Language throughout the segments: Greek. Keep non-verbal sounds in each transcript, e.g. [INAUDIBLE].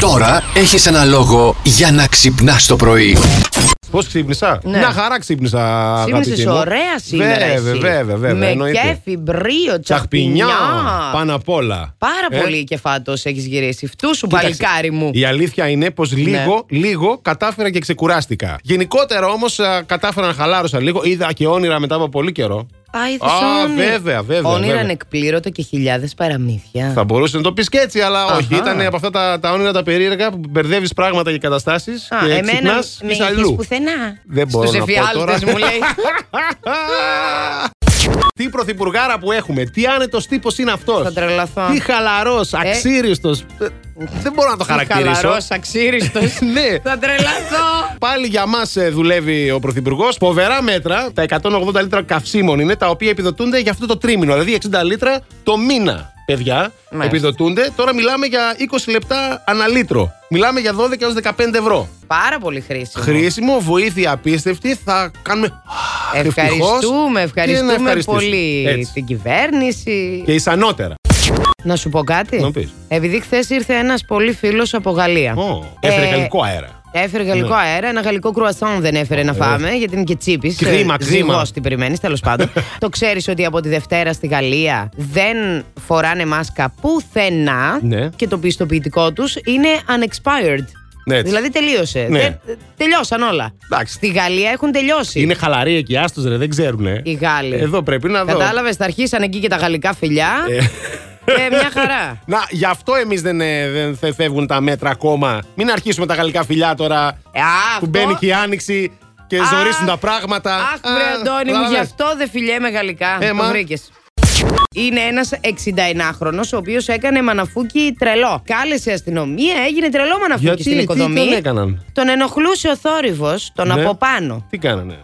Τώρα έχεις ένα λόγο για να ξυπνάς το πρωί. Πώς ξύπνησα. Ναι. Μια χαρά ξύπνησα. αγαπητή Ξύπνησε μου. ωραία σήμερα. Βέβαια, εσύ. βέβαια, βέβαια. Με εννοείται. κέφι, μπρίο, τσαχπινιά. Τσαχπινιά. Πάνω απ' όλα. Πάρα Ε, πολύ κεφάτος έχεις γυρίσει. Φτού σου, κοίταξε, παλικάρι μου. Η αλήθεια είναι πως Ναι. λίγο, λίγο κατάφερα και ξεκουράστηκα. Γενικότερα όμως κατάφερα να χαλάρωσα λίγο. Είδα και όνειρα μετά από πολύ καιρό. Α, είδες Α, όνειρα. βέβαια, βέβαια, Όνειρα βέβαια. ανεκπλήρωτα και χιλιάδες παραμύθια. Θα μπορούσε να το πεις και έτσι, αλλά Ε. Αχα. όχι. Ήταν από αυτά τα, τα όνειρα τα περίεργα που μπερδεύεις πράγματα και καταστάσεις. Α, και εμένα ξυπνάς, με είσαι είχε αλλού. πουθενά. Δεν μπορώ Στους να πω εφιάλτες τώρα. μου λέει. [LAUGHS] Τι πρωθυπουργάρα που έχουμε, τι άνετος τύπος είναι αυτός. Θα τρελαθώ. Τι χαλαρός, Ε. αξίριστος. Δεν μπορώ να το χαρακτηρίσω. Χαλαρός, αξίριστος. [LAUGHS] Ναι. Θα τρελαθώ. Πάλι για μας δουλεύει ο Πρωθυπουργός. Φοβερά μέτρα. Τα 180 λίτρα καυσίμων είναι τα οποία επιδοτούνται για αυτό το τρίμηνο. Δηλαδή 60 λίτρα το μήνα, παιδιά. Μάλιστα. Επιδοτούνται. Τώρα μιλάμε για 20 λεπτά ανά λίτρο. Μιλάμε για 12 έως 15 ευρώ. Πάρα πολύ χρήσιμο. Χρήσιμο, βοήθεια απίστευτη. Θα κάνουμε. ευτυχώς Ευχαριστούμε, και να ευχαριστούμε ευχαριστήσουμε. πολύ Έτσι. την κυβέρνηση. Και ισανότερα. Να σου πω κάτι. Να πεις. Επειδή χθες ήρθε ένας πολύ φίλος από Γαλλία. Ω, Έφερε Ε, γαλλικό αέρα. Ναι. Ε. Έφερε γαλλικό αέρα, ένα γαλλικό κρουασόν δεν έφερε να φάμε, γιατί είναι και ε, τσίπης. Κρίμα, κρίμα. τι περιμένεις, τέλος [LAUGHS] πάντων. το ξέρεις ότι από τη Δευτέρα στη Γαλλία δεν φοράνε μάσκα πουθενά Ναι. και το πιστοποιητικό τους είναι unexpired. Ναι, έτσι. Δηλαδή τελείωσε. Ναι. Δεν- τελειώσαν όλα. Εντάξει. Στη Γαλλία έχουν τελειώσει. Είναι χαλαροί εκεί, άστος ρε, δεν ξέρουν. Οι Γάλλοι. Εδώ πρέπει να δω. Κατάλαβες, θα αρχίσαν εκεί και τα γαλλικά φιλιά. Ε. Ε, μια χαρά. Να, γι' αυτό εμείς δεν, ε, δεν θε- φεύγουν τα μέτρα ακόμα. Μην αρχίσουμε τα γαλλικά φιλιά τώρα. Ε, [LAUGHS] α, που αυτό- μπαίνει και η άνοιξη και Αχ, ζορίσουν τα πράγματα. Αχ, βρε Α, Αντώνη μου, κατάλαβες. γι' αυτό δεν φιλιέμαι γαλλικά. Ε, το μα. βρήκες. Είναι ένας 69χρονο ο οποίος έκανε μαναφούκι τρελό. Κάλεσε αστυνομία, έγινε τρελό μαναφούκι Γιατί, στην τι οικοδομή. τον έκαναν? Τον ενοχλούσε ο θόρυβος, τον Ναι. από πάνω. Τι κάνανε.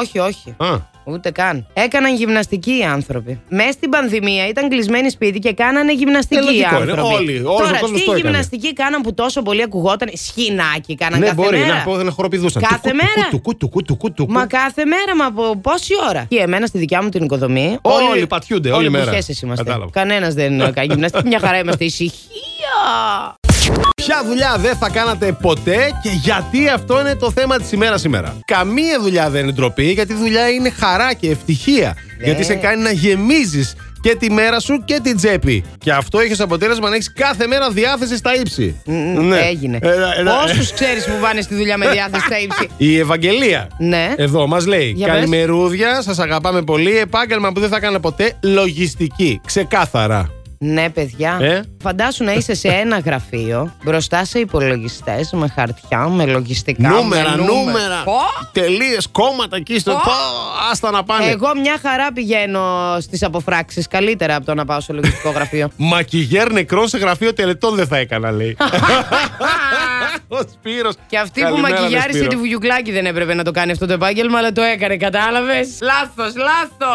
Όχι, όχι. Α. Ούτε καν. Έκαναν γυμναστική οι άνθρωποι. Μέσα στην πανδημία ήταν κλεισμένοι σπίτι και κάνανε γυμναστική Ε, λογικό οι είναι. άνθρωποι. Όλοι- όλος ο Τώρα, κόσμος τι το έκανε. γυμναστική κάναν που τόσο πολύ ακουγόταν. Σχοινάκι κάναν ναι, κάθε μπορεί μέρα. να πω δεν χοροπηδούσαν. Κάθε μέρα. Τουκού, τουκού, τουκού, τουκού. Μα κάθε μέρα, μα από πόση ώρα. Και εμένα στη δικιά μου την οικοδομή. Όλοι πατιούνται, όλη όλοι μέρα. μπουχές είμαστε. Κατάλαβα. Κανένας [LAUGHS] δεν ε, κάνει γυμναστική. Μια χαρά είμαστε. Ησυχία. Ποια δουλειά δεν θα κάνατε ποτέ και γιατί αυτό είναι το θέμα της ημέρας σήμερα. Καμία δουλειά δεν είναι ντροπή, γιατί η δουλειά είναι χαρά και ευτυχία. Ναι. Γιατί σε κάνει να γεμίζεις και τη μέρα σου και την τσέπη. Και αυτό έχει ως αποτέλεσμα να έχεις κάθε μέρα διάθεση στα ύψη. Μ, ναι, Έγινε. Ε, ε, ε, Πόσου ξέρεις που βάνε στη δουλειά με διάθεση στα ύψη. Η Ευαγγελία. Ναι. Εδώ μας λέει: Για πες. Καλημερούδια, σας αγαπάμε πολύ. Επάγγελμα που δεν θα κάνω ποτέ. Λογιστική. Ξεκάθαρα. Ναι, παιδιά. Ε. Φαντάσου να είσαι σε ένα γραφείο μπροστά σε υπολογιστές με χαρτιά, με λογιστικά. νούμερα, με νούμερα. Πω! Τελείες, κόμματα εκεί στο. Πω. Πω, άστα να πάνε. Εγώ μια χαρά πηγαίνω στις αποφράξεις. Καλύτερα από το να πάω σε λογιστικό [LAUGHS] γραφείο. Μακιγέρ νεκρό σε γραφείο τελετών δεν θα έκανα, [LAUGHS] λέει. Ο Σπύρος. Και αυτή Καλημέρα, που ρε μακιγιάρισε Σπύρο. τη βουγιουκλάκη δεν έπρεπε να το κάνει αυτό το επάγγελμα, αλλά το έκανε, κατάλαβες. Λάθος, λάθος.